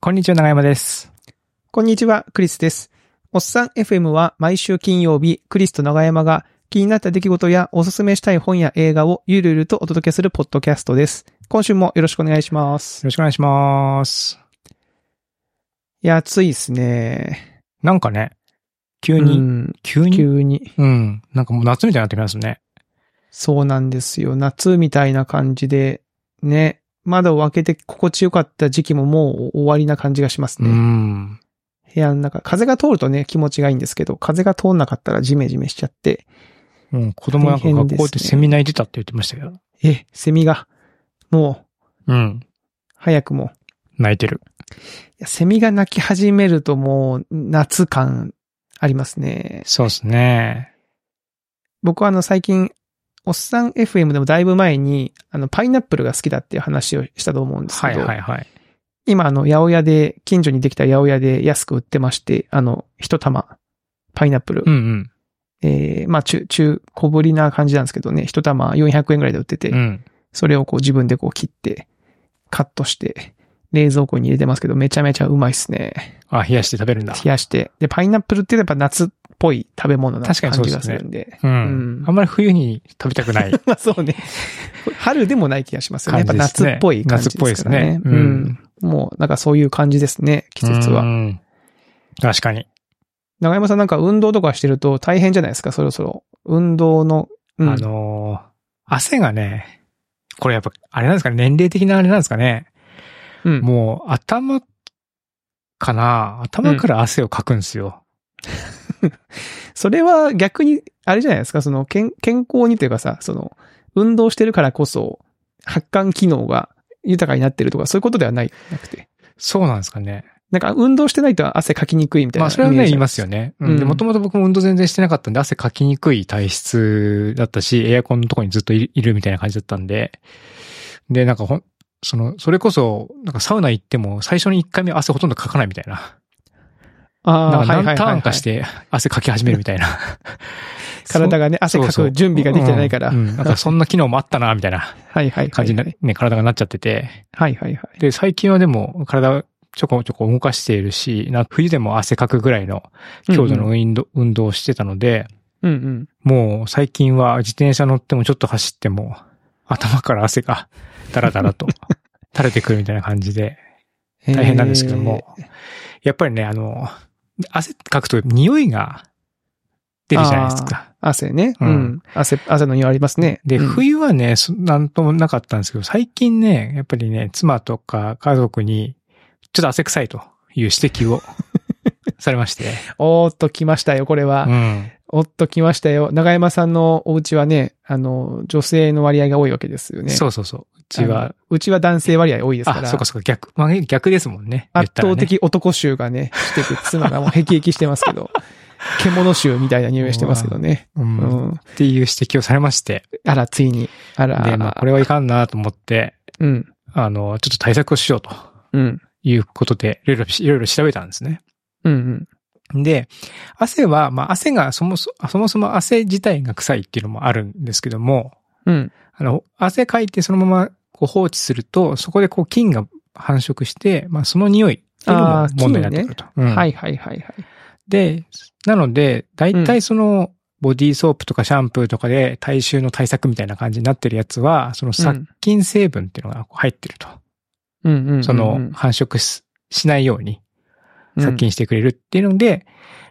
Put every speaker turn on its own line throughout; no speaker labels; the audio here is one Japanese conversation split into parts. こんにちは、長山です。
こんにちは、クリスです。おっさん FM は毎週金曜日、クリスと長山が気になった出来事やおすすめしたい本や映画をゆるゆるとお届けするポッドキャストです。今週もよろしくお願いしま
よ
す。
ろしくお願いします。
いや、暑いですね。
なんかね、急
急
に、
に。
急に、
急に。
うん、なんかもう夏みたいになってきますね。
そうなんですよ。夏みたいな感じで、ね。窓を開けて心地よかった時期ももう終わりな感じがします
う
ね。
ん。
部屋の中、風が通るとね、気持ちがいいんですけど、風が通んなかったらジメジメしちゃって、
うん、子供なんか学校ってセミナー出たって言ってましたけど。
え、セミが、もう、
うん。
早くも
泣いてる。
いやセミが鳴き始めるともう夏感ありますね。
そうですね。
僕はあの最近、おっさん FM でもだいぶ前に、あのパイナップルが好きだっていう話をしたと思うんです
は
け
い
ど、
はいはい。
今あの八百屋で、近所にできた八百屋で安く売ってまして、あの一玉、パイナップル、
うん
えー、まあ中、中、小ぶりな感じなんですけどね、一玉400円ぐらいで売ってて、
うん。うん。
それをこう自分でこう切って、カットして、冷蔵庫に入れてますけど、めちゃめちゃうまいっすね。
あ、冷やして食べるんだ。
冷やして。で、パイナップルってやっぱ夏っぽい食べ物な感
確かにそうで
じ
すね
がする んで。
うん
う。ん
あんまり冬に食べたく ない。
まあそうね。春でもない気がしますよね。やっぱ
感じです
夏
ね
っぽい感じですからね。
夏っぽいですねうん
うんもうなんかそういう感じですね、季節
う
は。
ん。確かに。
長山さんなんか運動とかしてると大変じゃないですか、そろそろ。運動の。うん
あのー汗がね、これやっぱ、あれなんですかね、年齢的なあれなんですかね。
うん
もう、頭、かな頭から汗をかくんですよ。
それは逆に、あれじゃないですか、その健健康にというかさ、その、運動してるからこそ、発汗機能が豊かになってるとか、そういうことではない、なくて。
そうなんですかね。
なんか運動してないと汗かきにくいみたいな
ま
イメ
あ、それ
ージじゃ
は
な
ね、
いですか。
言いますよね。う。
うんん
で、もともと僕も運動全然してなかったんで、汗かきにくい体質だったし、エアコンのとこにずっといいるみたいな感じだったんで、で、なんかほん、その、それこそ、なんかサウナ行っても、最初に1回目汗ほとんどかかないみたいな。
あ
な
あ、
ん
はい
か
はいはいは
何
い。
ターンかして汗かき始めるみ たいな。
体がね、汗かく準備ができてないから。
そうそううんうんなんかそんな機能もあったな、みたいな
はいはいは
感
い
じに
は。
ないね、体がなっちゃってて。
はいはいはい。
で、最近はでも体をちょこちょこ動かしているし、な冬でも汗かくぐらいの強度の運動,、運動をしてたので、
うんうん。
もう最近は自転車乗ってもちょっと走っても頭から汗がダラダラと垂れてくるみたいな感じで大変なんですけども、やっぱりね、あの、汗かくと匂いが出るじゃないですか。
えー。汗ね。
う
うんん。汗、汗の匂いありますね。
で、
うん、
冬はね、そなんともなかったんですけど、最近ね、やっぱりね、妻とか家族に、ちょっと汗臭いという指摘 をされまして。
おーっと来ましたよ、これは。
うん。
おっと来ましたよ。長山さんのお家はね、あの、女性の割合が多いわけですよね。。
そううそうそう。うちは、
うちは男性割合多いですから。
あ、そうかそうか、逆、まあ、逆ですもんね。言っ
圧
たらね
倒的男臭がね、してて、妻がも うヘキヘキしてますけど、獣臭みたいな匂いしてますけどね。
う。
うん
っ
ん。
ていう指摘をされまして。
あら、ついに。あら。
で、まあ、これはいかんなと思って、
うん。
あの、ちょっと対策をしようと
うん。
いうことで、いろいろ、いろいろ調べたんですね。
うんうん。
で、汗は、まあ、汗がそもそ、そもそも汗自体が臭いっていうのもあるんですけども、
うん。
あの、汗かいてそのままこう放置すると、そこでこう菌が繁殖して、まあその匂いっていうのも
あー
問題になってくると。うん
はいはいはいはい。
で、なので、大体その、ボディーソープとかシャンプーとかで体臭の対策みたいな感じになってるやつは、その殺菌成分っていうのがこう入ってると。
うんうんうんうん
その、繁殖ししないように殺菌してくれるっていうので、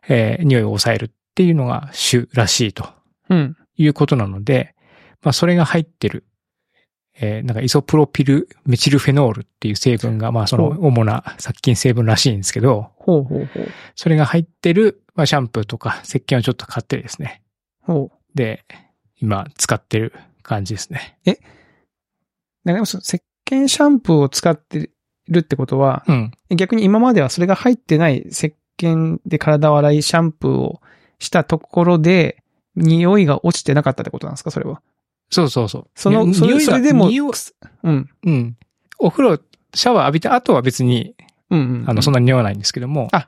えー匂いを抑えるっていうのが種らしいと。
うん。
いうことなので、まあ、それが入ってる、えーなんかイソプロピルメチルフェノールっていう成分が、まあ、その
ほ
主な殺菌成分らしいんですけど、
ほうほうほう。
それが入ってる、まあ、シャンプーとか石鹸をちょっと買ってですね。
ほう。
で、今使ってる感じですね。
だから、その石鹸シャンプーを使ってるってことは、
うん。
逆に今まではそれが入ってない石鹸で体を洗いシャンプーをしたところで、匂いが落ちてなかったってことなんですかそれは。
そうそうそう。
その、
に
それ
匂いが
それでも、
匂い
うん。
うん。お風呂、シャワー浴びた後は別に、
うんうん、
あの、そんなに匂わないんですけども、
あ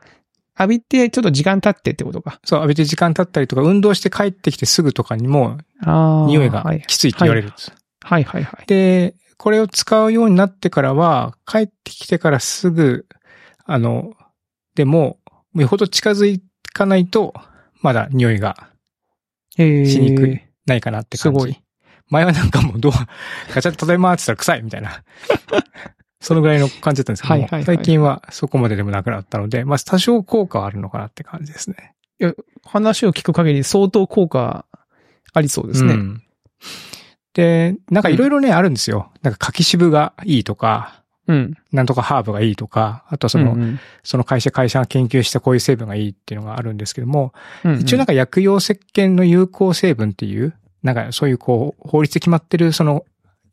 浴びて、ちょっと時間経ってってことか。
そう、浴びて時間経ったりとか、運動して帰ってきてすぐとかにも、
あー
匂いが
はい
きついって言われるんです。
はいはいはい。
で、これを使うようになってからは、帰ってきてからすぐ、あの、でも、よほど近づかないと、まだ匂いが
え
しにくい、ないかなって感じ。
すごい
前はなんかもうドア、 ガチャッとただいまーって言ったら臭いみたいな。 そのぐらいの感じだったんですけども、
はいはいはい
最近はそこまででもなくなったので、まあ多少効果はあるのかなって感じですね。
話を聞く限り相当効果ありそうですね。
うんで、なんかいろいろね、あるんですよ。なんか柿渋がいいとか、
うん。
なんとかハーブがいいとか、あとはその、その会社、会社が研究したこういう成分がいいっていうのがあるんですけども、一応なん
か、
か薬用石鹸の有効成分っていう、なんかそういうこう、法律で決まってる、その、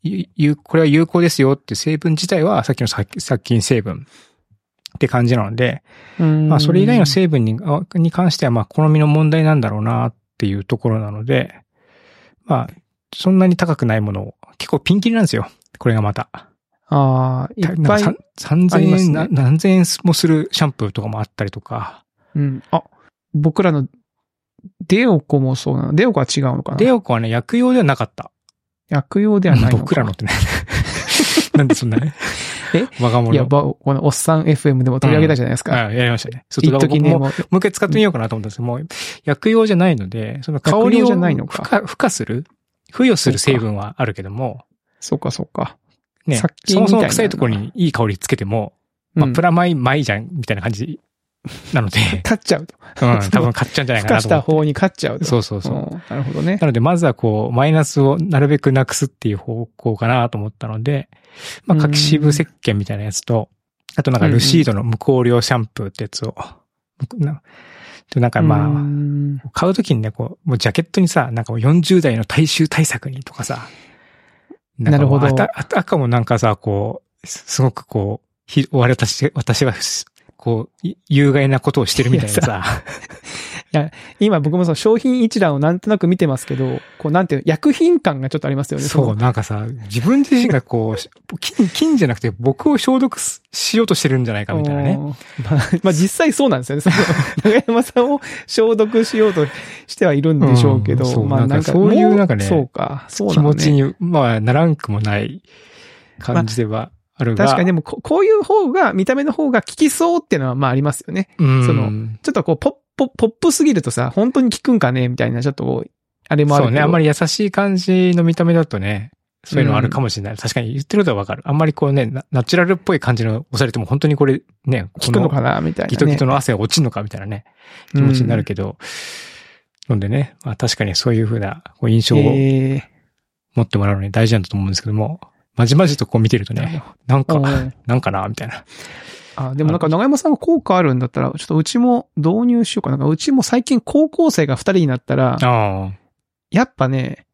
ゆゆこれは有効ですよっていう成分自体はさっきの殺殺菌成分って感じなので、まあそれ以外の成分にあに関してはまあ好みの問題なんだろうなっていうところなので、まあそんなに高くないものを、結構ピンキリなんですよ。これがまた。
ああ、いっ
な
ぱ
んか
い。
さん
あ
3000
ります
円、
ね
な何千円もするシャンプーとかもあったりとか。
うん。あ、僕らのデオコもそうなの。デオコは違うのかな
デオコはね、薬用ではなかった。
薬用ではないのかな
僕らのっ。てね。 なんでそんなね。
え
我が物。
いや、ばこのおっさん FM でも取り上げたじゃないですか。
あやりましたね。ちょ
一
っと
時
僕
ね、
も、もう
もう
一回使ってみようかなと思ったんですけど、もう薬用じゃないので、その香
薬
り
用
を
じ
付
ゃないのか
加付加する、付与する成分はあるけども、
そうかそうか。
ね
殺、菌
そもそも
みたいな
臭いところにいい香りつけても、まあ、プ
ラ
ラマイマイじゃん、みたいな感じな ので、
立っちゃうと。
うん、多 分買っちゃうんじゃない
孵
か
化
な
し
と
た
思って。
方に勝っちゃうと。
そうそうそう。
うんなるほどね。
なので、まずはこう、マイナスをなるべくなくすっていう方向かなと思ったので、まあ、
うん
隠し部石鹸みたいなやつと、あとなんかルシードの無香料シャンプーってやつを、なでなんか
うー
ま
ん
あ、買うときにね、こう、もうジャケットにさ、なんかもう40代の大衆対策にとかさ、んかもう
なるほど
あたあたかもなんかさ、こう、すすごくこう、ひ私、私は、こう、い有害なことをしてるみたいなさ、
今僕もその商品一覧をなんとなく見てますけど、こうなんていうの薬品感がちょっとありますよね。
そう、
の。
なんかさ、自分自身がこう、 金、金じゃなくて僕を消毒すしようとしてるんじゃないかみたいなね。
うんまあ、まあ実際そうなんですよ ね。その、長山さんを消毒しようとしてはいるんでしょうけど、
うんそう
まあ
なんかそういう
も
なんかね
そうか、そうな
気
の
持
ね
ちに、まあ、ならんくもない感じではあるが。
確かにでもこ、こういう方が、見た目の方が効きそうっていうのはまあありますよね。
うん、
そのちょっとこう、ポッポ、ポップすぎるとさ、本当に効くんかねみたいな、ちょっとこう、あれもある
そう
けど。
ね、あんまり優しい感じの見た目だとね、そういうのあるかもしれない。確かに言ってることはわかる。あんまりこうね、ナナチュラルっぽい感じの押されても本当にこれね、
効くのかなみたいな、ね。
ギトギトの汗が落ちるのかみたいなね、気持ちになるけど。なんでね、まあ確かにそういうふうなこう印象を
ええ
持ってもらうのに大事なんだと思うんですけども、まじまじとこう見てるとね、なん
う
か、
ん
なんかな、みたいな。
あ、でもなんか長山さんが効果あるんだったら、ちょっとうちも導入しようかな。なんかうちも最近高校生が二人になったら、
あ
やっぱね、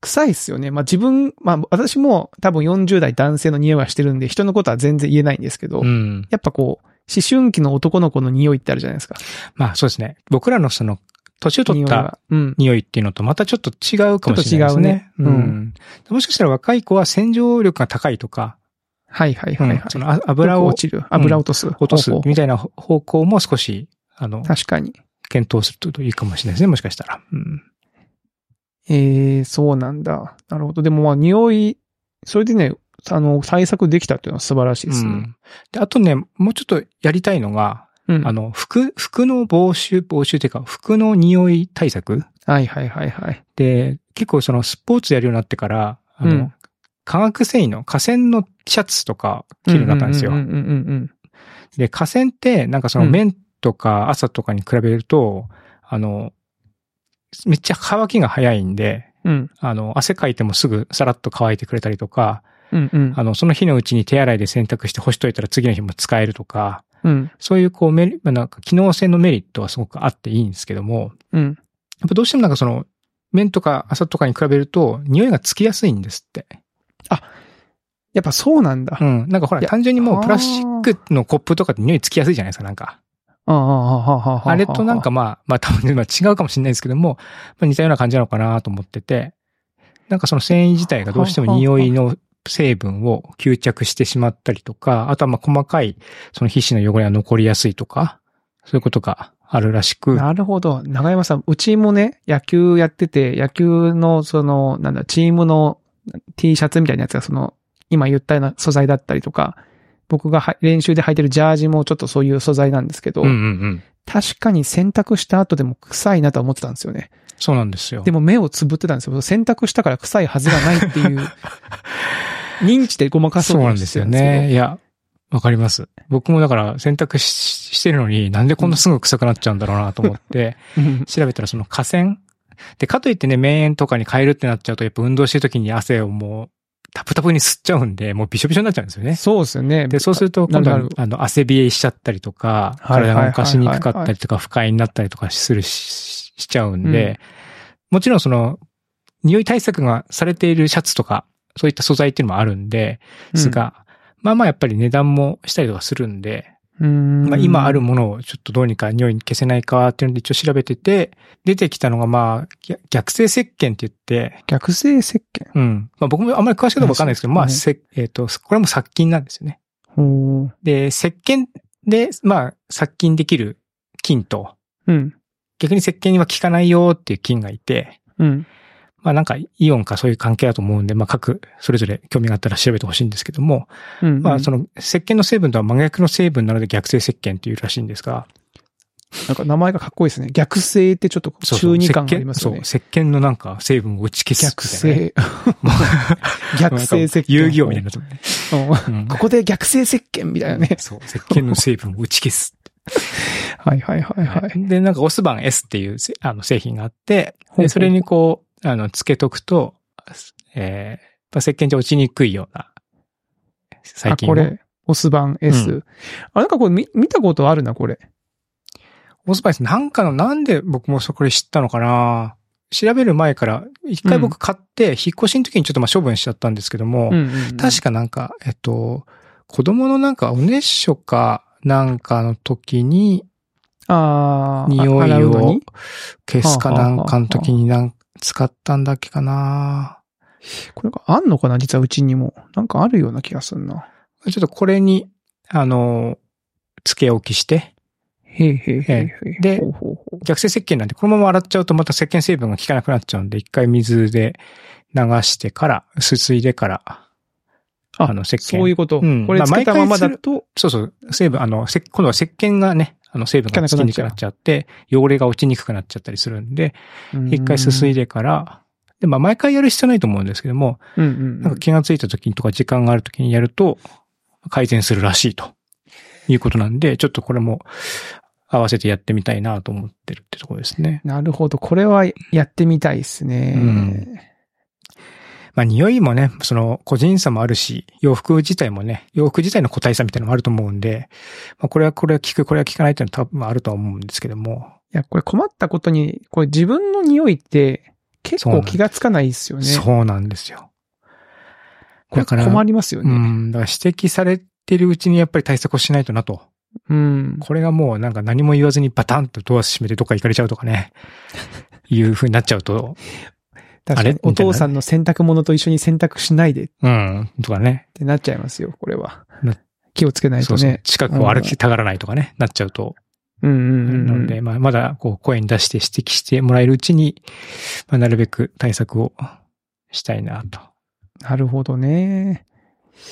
臭いっすよね。まあ自分、まあ私も多分40代男性の匂いはしてるんで、人のことは全然言えないんですけど、
うん。
やっぱこう、思春期の男の子の匂いってあるじゃないですか。
まあそうですね。僕らのその、年を取
匂
っ
い
た
が。うん。
匂いっていうのとまたちょっと違うかもしれないですね。
ちょっと違うね
うん。もしかしたら若い子は洗浄力が高いとか、
はいはいはい、はい
うんそのあ油
よく
を
落ちる。油落とす。
落とす
方法
みたいな方向も少し、あの、
確かに。
検討するといいかもしれないですね、もしかしたら。うん。
ええそうなんだ。なるほど。でもまあ、匂い、それでね、あの、対策できたっていうのは素晴らしいです
う
ね。
んであとね、もうちょっとやりたいのが、
うん。
あの、服、服の防臭、防臭っていうか、服の匂い対策
はいはいはいはい。
で、結構そのスポーツやるようになってから、あの、
うん
化学繊維の河川のシャツとか着るようになったんですよ。
うんうんうんうん
で、河川ってなんかその
うん
麺とか朝とかに比べると、あの、めっちゃ乾きが早いんで、
うん。うん。
あの、汗かいてもすぐさらっと乾いてくれたりとか、
うんうん
あの、その日のうちに手洗いで洗濯して干しといたら次の日も使えるとか、
うん。
そういうこうメリ、まあなんか機能性のメリットはすごくあっていいんですけども、
うん。
やっぱどうしてもなんかその、麺とか朝とかに比べると、匂いがつきやすいんですって。
やっぱそうなんだ。
う
あ
ん。なんかほら、
いや
単純にもうプラスチックのコップとかって匂いつきやすいじゃないですか、なんか。
あ、ああ、ああ、
あれとなんか、まあ、まあ多分、まあ違うかもしれないですけども、まあ似たような感じなのかなと思ってて、なんかその繊維自体がどうしても匂いの成分を吸着してしまったりとか、あとはまあ細かい、その皮脂の汚れが残りやすいとか、そういうことがあるらしく、
なるほど。長山さん、うちもね、野球やってて、野球の、その、なんだ、チームの T シャツみたいなやつが、その、今言ったような素材だったりとか、僕がは練習で履いてるジャージもちょっとそういう素材なんですけど、
うんうんうん。
確かに洗濯した後でも臭いなとは思ってたんですよね。
そうなんですよ。
でも目をつぶってたんですよ。洗濯したから臭いはずがないっ ていう、認知でごまかそ
そうう
と
なんですよね。。いや、わかります。僕もだから洗濯ししてるのになんでこんなすぐ臭くなっちゃうんだろうなと思って、
うん
調べたらその河川で、かといってね、面園とかに変えるってなっちゃうと、やっぱ運動してる時に汗をもう、タプタプに吸っちゃうんで、もうびしょびしょになっちゃうんですよね。
そうですよね。
で、そうすると、今度
な
は
るなる
あの、汗冷えしちゃったりとか、
はいはいはい
体
はい
が動かしにくかったりとか、不快になったりとかするし、しちゃうんで、もちろんその、匂い対策がされているシャツとか、そういった素材っていうのもあるんで、ですが、まあまあやっぱり値段もしたりとかするんで、
うん、
まあ今あるものをちょっとどうにか匂い消せないかっていうので一応調べてて、出てきたのがまあ逆逆性石鹸って言って、
逆性石鹸。
うん。まあ僕もあんまり詳しいことはわかんないですけど、
うん
まあ、
そう
せえっ、と、これも殺菌なんですよね。
ほう
で、石鹸で、まあ殺菌できる菌と、
うん。
逆に石鹸には効かないよっていう菌がいて、
うん。
まあなんかイオンかそういう関係だと思うんで、まあ各それぞれ興味があったら調べてほしいんですけども、
うん。
まあそ
の、
の石鹸の成分とは真逆の成分なので逆性石鹸っていうらしいんですが、
なんか名前がかっこいいですね。逆性ってちょっと
そう
中二感
石鹸
がありますよね。
そう、石鹸のなんか成分を打ち消す
逆
みたいなね。
性。 逆性石鹸。
遊戯王みたいになって るね。
うん
うん
ここで逆性石鹸みたい なね。
そう、石鹸の成分を打ち消す。
はいはい はいはい。
で、なんかオスバン S っていうせあの製品があって、
ほうほう
でそれにこう、あの、つけとくと、えー、まあ石鹸じゃ落ちにくいような、最
あ、
近
これ、オス版 S。
う
あ、なんかこれ見見たことあるな、これ。
オスバン S なんかの、なんで僕もそこで知ったのかな調べる前から、一回僕買って、引っ越しの時にちょっとまあ処分しちゃったんですけども、
うんうんうん
確かなんか、えっと、子供のなんかおねしょかなんかの時に、
あーあ、
匂い
洗うの
を
に
消すかなんかの時になん使ったんだっけかな
これなんかあんのかな実はうちにも。なんかあるような気がすんな。
ちょっとこれに、あの、付け置きして、
へいへいへいへい。
で
ほうほうほう
逆性石鹸なんでこのまま洗っちゃうとまた石鹸成分が効かなくなっちゃうんで、一回水で流してから、すすいでから、あの、石鹸。
そういうこと。
うん
これつけたままだと、
そうそう。成分、あの、せ今度は石鹸がね、あの、成分がつきにくくなっちゃって、汚れが落ちにくくなっちゃったりするんで、一回すすい
で。
でから、で、まあ、毎回やる必要ないと思うんですけども、
うんうんう
なん
ん
か。気がついた時にとか時間がある時にやると、改善するらしいということなんで、ちょっとこれも合わせてやってみたいなと思ってるってところですね。
なるほど。これはやってみたいですね。
うんまあ、匂いもね、その、個人差もあるし、洋服自体もね、洋服自体の個体差みたいなのもあると思うんで、まあ、これはこれは効く、これは効かないっていうのは多分あるとは思うんですけども、
いや、これ困ったことに、これ自分の匂いって結構気がつかないですよね。
そうなんですよ。
これ
だから
困りますよ
う
ね。
ん、だから指摘されてるうちにやっぱり対策をしないとなと。
うん。
これがもうなんか何も言わずにバタンとドア閉めてどっか行かれちゃうとか ね、いう風になっちゃうと、
確か
あ
に
れ
お父さんの洗濯物と一緒に洗濯しないでっ
うん、とかね。
てなっちゃいますよ、これは
な。
気をつけない
そ
と
うそう
ね。。
近くを歩きたがらないとかね、なっちゃうと。
うんうんうん
な
うん。
ので、まあ、まだこう声に出して指摘してもらえるうちに、まあ、なるべく対策をしたいなと。
なるほどね。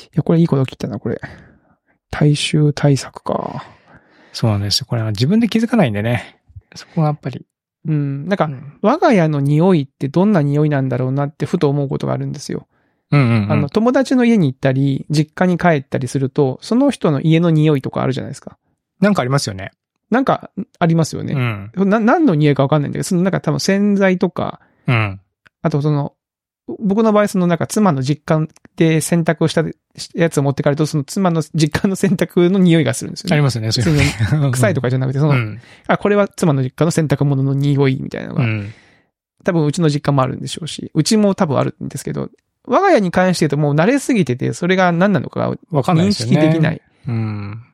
いや、これいいこと聞いたな、これ。大衆対策か。
そうなんですよ。これは自分で気づかないんでね。そこがやっぱり。
うん。なん
う
か、
ん
我が家の匂いってどんな匂いなんだろうなってふと思うことがあるんですよ。
うんうん、うん。
あの、友達の家に行ったり、実家に帰ったりすると、その人の家の匂いとかあるじゃないですか。
なんかありますよね。
なんか、ありますよ
う
ね。
ん。
な、何の匂いかわかんないんだけど、そのなんか多分洗剤とか、
うん。
あとその、僕の場合そのなんか妻の実家で洗濯をしたやつを持って帰ると、その妻の実家の洗濯の匂いがするんですよ
あり
ね。
ますよね。そういうの
臭いとかじゃなくて、その、
うん。
あ、これは妻の実家の洗濯物の匂いみたいなの
う
が、
ん。
多分うちの実家もあるんでしょうし、うちも多分あるんですけど、我が家に関して言うともう慣れすぎてて、それが何なのかが
わかんない
認
ですよ
識
ね。
できない。
うん。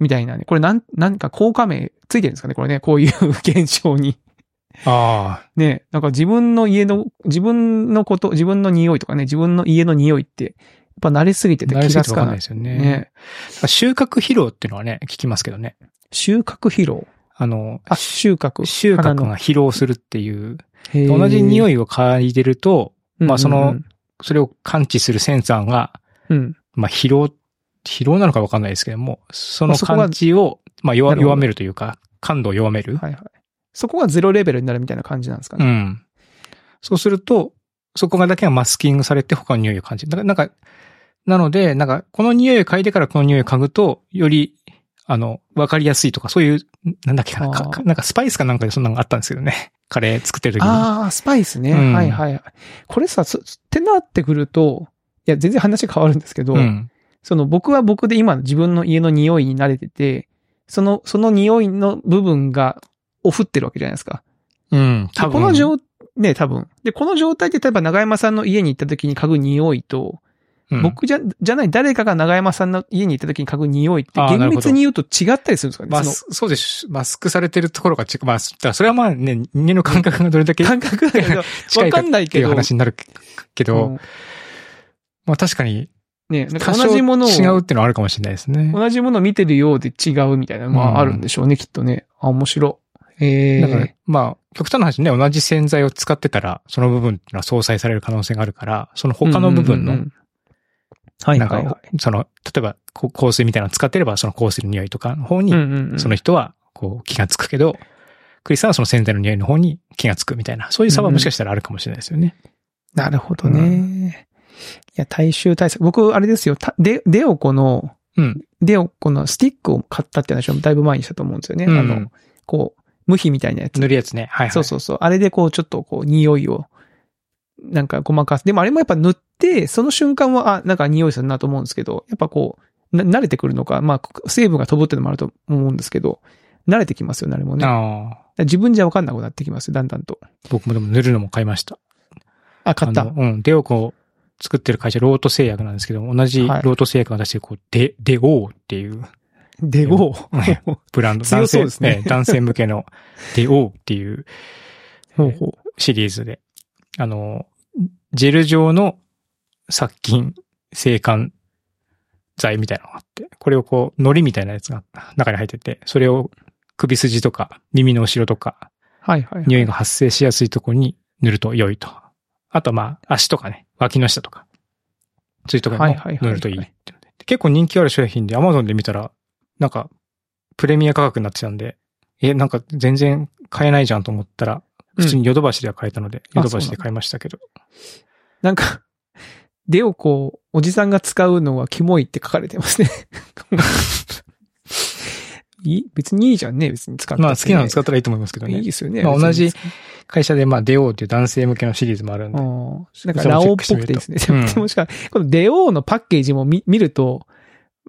みたいなね。これなん、なんか効果名ついてるんですかねこれね。こういう現象に。
ああ、
ね。なんか自分の家の、自分のこと、自分の匂いとかね、自分の家の匂いって、やっぱ慣れすぎてて
慣れす
気
ぎ
が
て
つ
わか
か
んな
ないい。
ですよね。収穫疲労っていうのはね、聞きますけどね。
収穫疲労。
あの、
あ、収穫。
収穫が疲労するっていう、同じ匂
い、
いを嗅いでると、まあその
うん
それを感知するセンサーが、
うんうん、
まあ疲労疲労なのかわかんないですけども、そ
ま
の
あそこが
感じを、まあ弱
なるほど
弱めるというか、感度を弱める。
はいはい。そこがゼロレベルになるみたいな感じなんですか
う
ね。
ん。そうすると、そこがだけはマスキングされて他の匂いを感じる。だからなんか、なので、なんか、この匂いを嗅いでからこの匂いを嗅ぐと、より、あの、わかりやすいとか、そういう、なんだっけかな、
あー
かかなんかスパイスかなんかでそんなのがあったんですけどね。 カレー作ってる時に。
ああ、スパイスね、
うん
はいはいはい。これさ、そってなってくると、いや、全然話変わるんですけど、
うん。
その僕は僕で今自分の家の匂いに慣れてて、その、その匂いの部分が、おふってるわけじゃないですか。
うん。
でこの状、ね、多分。で、この状態で例えば長山さんの家に行った時に嗅ぐ匂いと、
うん、
僕じゃ、じゃない誰かが長山さんの家に行った時に嗅ぐ匂いって、
あーな
厳
るほど
密に言うと違ったりするんですかね
マ
その
ス、そうです。マスクされてるところが違う。まあ、だからそれはまあね、人間の感覚がどれだけ
感覚だけど、
近
わ
いか
か
っ
んない
て
け
いう
ど。
話になるけど、
うん
まあ確かに、
ね、なんか
多
同
少違
じものを、
うっていうのはあるかもしれないですね。
同じものを見てるようで違うみたいな、ま
うん
ああるんでしょうね、きっとね。あ、面白い。ええ
だから、まあ、極端な話ね、同じ洗剤を使ってたら、その部分っていうのは相殺される可能性があるから、その他の部分
うん
の
うんう、んはい
なん
はいは
か、その、例えば、こう香水みたいなの使ってれば、その香水の匂いとかの方
い。うん
に、
うんうん
その人は、こう、気がつくけど、クリスさんはその洗剤の匂いの方に気がつくみたいな、そういう差はもしかしたらあるかもしれないですよね。
なるほどね。いや、大衆対策。僕、あれですよ。たデデオコの、
うん。
デオコのスティックを買ったって話をだいぶ前にしたと思うんですよね。
うん
あの、こう、無比みたいなやつ。
塗るやつね。はいはい。
そうそうそう。あれでこう、ちょっとこう、匂いを、なんかごまかす。でもあれもやっぱ塗って、その瞬間は、あ、なんか匂いするなと思うんですけど、やっぱこう、な慣れてくるのか、まあ、成分が飛ぶっていうのもあると思うんですけど、慣れてきますよね、あれもね。だか
ああ。
ら自分じゃわかんなくなってきますよ、だんだんと。
僕もでも塗るのも買いました。
あ、買っ
あの
た。
うん。デオコを作ってる会社、ロート製薬なんですけども、同じロ
はい
ート製薬が出してる、こう、デ、デオーっていう
デゴ
ねブランド。
強そう
男性
ですね
ええ男性向けのデオーっていう
ほうほ
シリーズで、あの、ジェル状の殺菌、制汗剤みたいなのがあって、これをこう、糊みたいなやつが中に入ってて、それを首筋とか耳の後ろとか、
はいはいはい。
匂いが発生しやすいとこに塗ると良いと。あとまあ、足とかね、脇の下とか、そういうとこ
は
に
い
も
はいはいはい
塗るといいっていうので結構人気ある商品で、Amazon で見たら、なんか、プレミア価格になってたんで、え、なんか全然買えないじゃんと思ったら、普通にヨドバシでは買えたので、
あ
ヨドバシで買いましたけど。
なんか、 デオコ、おじさんが使うのはキモいって書かれてますね。 いい別にいいじゃんね、別に使ったってね、
まあ好きなの使ったらいいと思いますけど
いい
ね。
ですよね。
まあ同じ
別に
会社でまあデオーっていう男性向けのシリーズもあるん
う
で。
んなんか、ラオっぽくていいですね。
それもチェックしてみるとうん
でもし か、このデオーのパッケージも見見ると、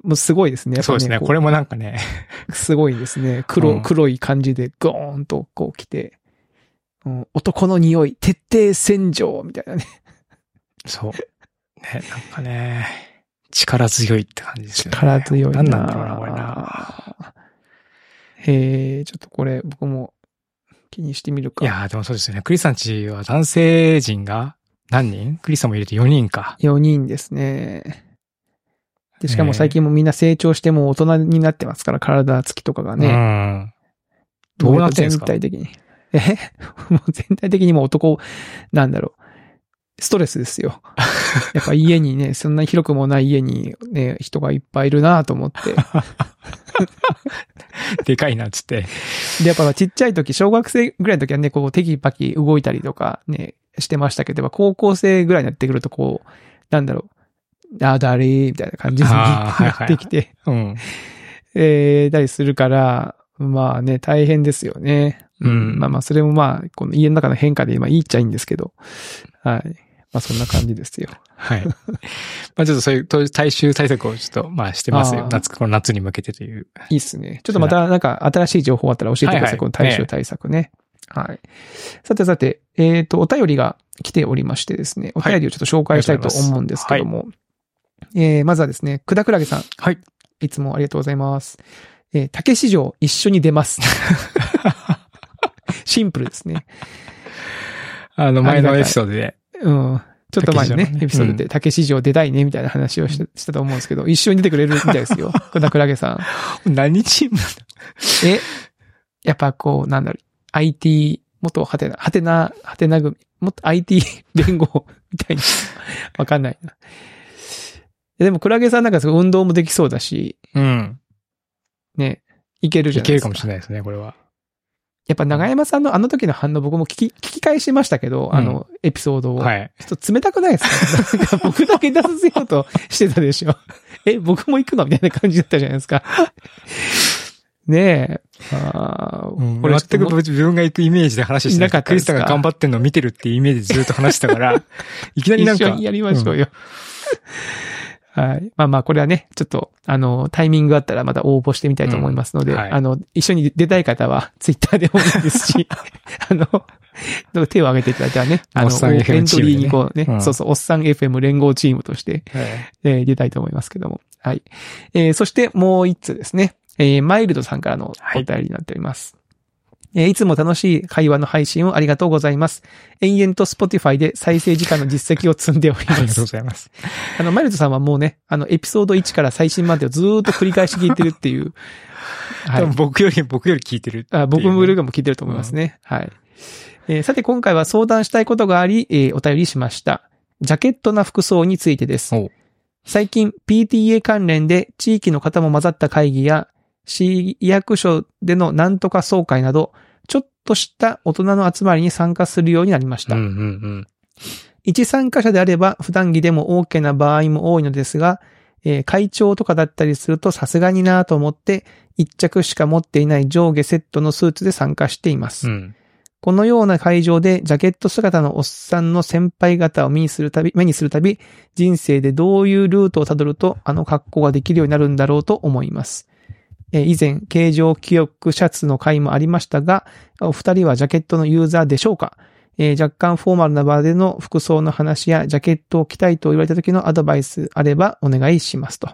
もうすごいですね。やっぱ
そうですね。これもなんかね、
うすごいですね。黒、
うん
黒い感じでゴーンとこう来て、うん男の匂い、徹底洗浄みたいなね。
そう。 ね、なんかね、力強いって感じですよね。
力強いな。
何なんだろうな、これな。。
へえ、ちょっとこれ僕も気にしてみる
い
か。
やーでもそうですよね。クリスさんちは男性陣が何人クリスさんも入れて4人か。
4人ですね。で、しか
ね
も最近もみんな成長してもう大人になってますから、体つきとかがね。
うん。どうなってんすか
全体的に。え もう全体的にもう男、なんだろう。ストレスで すよ。やっぱ家にね、そんな広くもない家にね、人がいっぱいいるなと思って。
でかいな、つ って。
で、やっぱちっちゃい時、小学生ぐらいの時はね、こう、テキパキ動いたりとかね、してましたけど、やっぱ高校生ぐらいになってくると、こう、なんだろう、あーだれーみたいな感じに
あーはい
な
はい
ってきて、
うん。
えー、たりするから、まあね、大変ですよね。
うん
まあまあ、それもまあ、この家の中の変化で今言っちゃいいんですけど、はい。まあそんな感じですよ。
はい。まあちょっとそういうと大衆対策をちょっと、まあしてますよ
あ。ー
夏、この夏に向けてという。
いいっすね。ちょっとまたなんか新しい情報あったら教えてくだ
はい
さ。
はいい
この対
え
象
え
対策ね。はい。さてさて、えっ、と、お便りが来ておりましてですね、お
はい
便りをちょっと紹介したいと思うんですけども、えーまずはですね、くだくらげさん、
はい。
いつもありがとうございます。えー、竹市場一緒に 出ます。シンプルですね。
あの、前のエピソードで。
うん。ちょっと前
竹市
のね
場、ね
エピソードで竹市場出たいね、みたいな話をしたしたと思うんですけど、一緒に出てくれるみたいです よ。くだくらげさん。
何チーム
え、やっぱこう、なんだろう、IT、元はてな、はてな、はてな 組、もっと IT 連合みたいに、わかんないな。でもクラゲさんなんかすごい運動もできそうだし、
うん。
ね、いけるじ
い
ゃない
け
で
る
す
か
か。
もしれないですね、これは。
やっぱ長山さんのあの時の反応僕も聞き、聞き返しましたけど、あの、エピソードを。
はい。
ちょっと冷たくないですか なんか僕だけ出させようとしてたでしょ。え、僕も行くのみたいな感じだったじゃないですか。ねえ。あー
うん、
これ
全
ちょっ
く
と
自分が行くイメージで話してな
なか
かったた。ク
っで
リ
す
ス
か
タが頑張ってんのを見てるっていうイメージでずっと話してた から、いきなりなん
一緒
か
に、やりましょうよ。はい。まあまあ、これはね、ちょっと、あの、タイミングあったらまた応募してみたいと思いますので、
うんはい
あの、一緒に出たい方は、ツイッターでもいいです し、あの、どう手を挙げていただいたらね、あの、
おっさん FM
エントリーにこうね、
チームでねうん
そうそう、おっさん FM 連合チームとして、えー出たいと思いますけども。はい。えーそしてもう一つですね。えーマイルドさんからのお便りになっております。えーいつも楽しい会話の配信をありがとうございます。延々と Spotify で再生時間の実績を積んでおり
あり
ま
がとうご
す。
ざいます。
あの、マイルドさんはもうね、あの、エピソード1から最新までをずーっと繰り返し聞いてるっ ていう。は
多分僕より、僕より聞いてる。
あ僕もブルーガも聞いてると思いますね。はい。えーさて今回は相談したいことがあり、えーお便りしました。ジャケットな服装についてです
おう。
最近 PTA 関連で地域の方も混ざった会議や市役所でのなんとか総会など、ちょっとした大人の集まりに参加するようになりまし
う
た。
んうん
一参加者であれば普段着でも OK な場合も多いのですが、えー会長とかだったりするとさすがになぁと思って、一着しか持っていない上下セットのスーツで参加しています。
うん。うん。
このような会場でジャケット姿のおっさんの先輩方を目にするたび、目にするたび、人生でどういうルートをたどるとあの格好ができるようになるんだろうと思います。えー以前、形状記憶シャツの回もありましたが、お二人はジャケットのユーザーでしょうか、えー若干フォーマルな場での服装の話やジャケットを着たいと言われた時のアドバイスあればお願いしますと。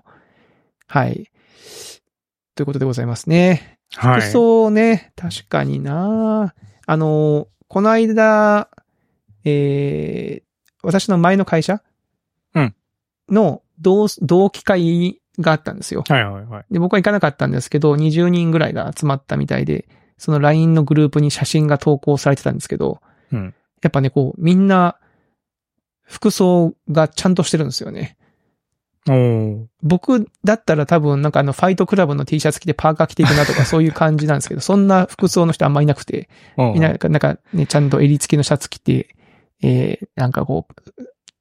はい。ということでございますね。
は
服装ね、確かになあの、この間、えー、私の前の会社
うん
の同、同期会があったんですよ。
はいはいはい。
で、僕は行かなかったんですけど、20人ぐらいが集まったみたいで、その LINE のグループに写真が投稿されてたんですけど、
うん
やっぱね、こう、みんな、服装がちゃんとしてるんですよね。
おー
僕だったら多分なんかあのファイトクラブの T シャツ着てパーカー着ていくなとかそういう感じなんですけど、そんな服装の人あんまいなくて、
お
みんななんかなんかね、ちゃんと襟付きのシャツ着て、えー、なんかこ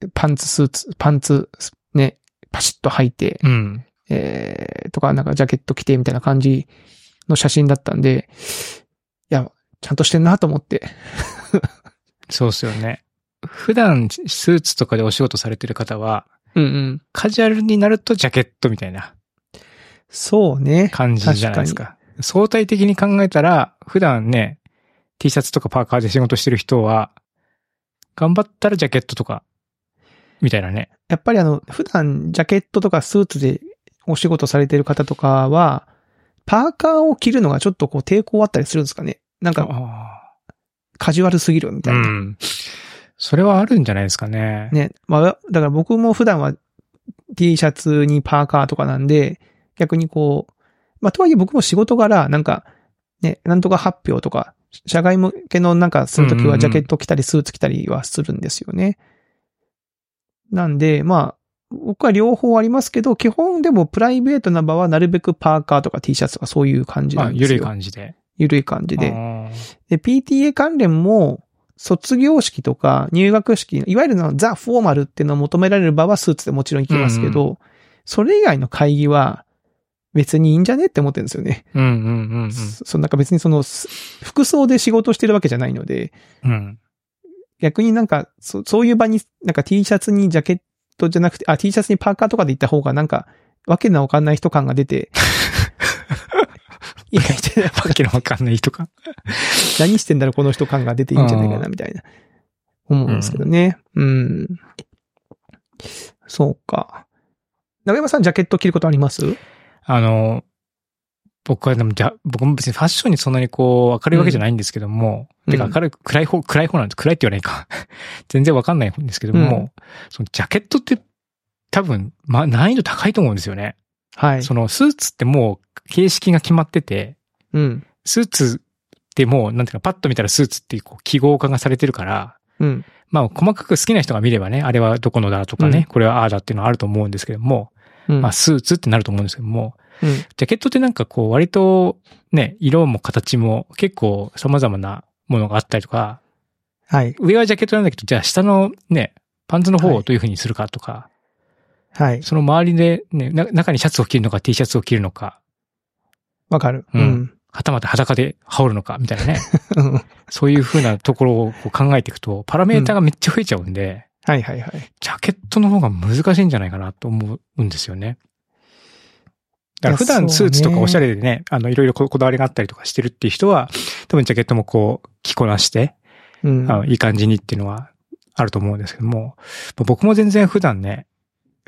う、パンツスーツ、パンツ、ね、パシッと履いて、
うん。
えー、とかなんかジャケット着てみたいな感じの写真だったんで、いや、ちゃんとしてんなと思って。
そうっすよね。普段、スーツとかでお仕事されてる方は、
うんうん。
カジュアルになるとジャケットみたいな
そうね。
感じじゃないですか。相対的に考えたら、普段ね、T シャツとかパーカーで仕事してる人は、頑張ったらジャケットとか、みたいなね。
やっぱりあの、普段ジャケットとかスーツでお仕事されてる方とかは、パーカーを着るのがちょっとこう抵抗あったりするんですかねなんか
あ
カジュアルすぎるみ
ー
たいな。
うん。それはあるんじゃないですかね。
ね。まあ、だから僕も普段は T シャツにパーカーとかなんで、逆にこう、まあ、とはいえ僕も仕事柄、なんか、ね、なんとか発表とか、社外向けのなんかすると
うん
き
うんう
は
ん
ジャケット着たりスーツ着たりはするんですよね。なんで、まあ、僕は両方ありますけど、基本でもプライベートな場はなるべくパーカーとか T シャツとかそういう感じ
ま
な
あ、
んですよ。
ゆるい感じで。
ゆるい感じで
あ。ー
で、PTA 関連も、卒業式とか入学式、いわゆるのザ・フォーマルっていうのを求められる場はスーツでもちろん行きますけど、それ以外の会議は別にいいんじゃねって思ってるんですよね。
うんうんうん
そそのなんか別にその、す服装で仕事してるわけじゃないので、
うん。うん。
逆になんかそ、そういう場になんか T シャツにジャケットじゃなくて、あ、T シャツにパーカーとかで行った方がなんか、わけのわかんない人感が 出て、いや、
わけのわかんないとか。
何してんだろ、この人感が出ていいんじゃないかな、みたいな、思うんですけどね。うん。そうか。長山さん、ジャケット着ることあります
あの、僕はでも、じゃ、僕も別にファッションにそんなにこう、明るいわけじゃないんですけども、
うん
てか明るい、暗い方、暗い方なんです。暗いって言わないか。 全然わかんないんですけども、
うん
そのジャケットって多分、ま、難易度高いと思うんですよね。
はい。
そのスーツってもう形式が決まってて、
うん。
スーツってもう、なんていうか、パッと見たらスーツっていうこう記号化がされてるから、
うん。
まあ、細かく好きな人が見ればね、あれはどこのだとかね、これはああだっていうのはあると思うんですけども、
うん。
まあ、スーツってなると思うんですけども、
うん。
ジャケットってなんかこう、割とね、色も形も結構様々なものがあったりとか、
はい。
上はジャケットなんだけど、じゃあ下のね、パンツの方
は
を
い
どういう風にするかとか、
はい。
その周りでね、な中にシャツを着るのか T シャツを着るのか、
わかる。
うん。はたまた裸で羽織るのかみたいな ね、
うん
そういう風なところをこう考えていくと、パラメータがめっちゃ増えちゃうんで、
はいはいはい。
ジャケットの方が難しいんじゃないかなと思うんですよね。だから普
いや
段スーツと
そう
か
ね
おしゃれでね、あの、いろいろここだわりがあったりとかしてるっていう人は、多分ジャケットもこう、着こなして、
うん。
あのいい感じにっていうのはあると思うんですけども、まあ僕も全然普段ね、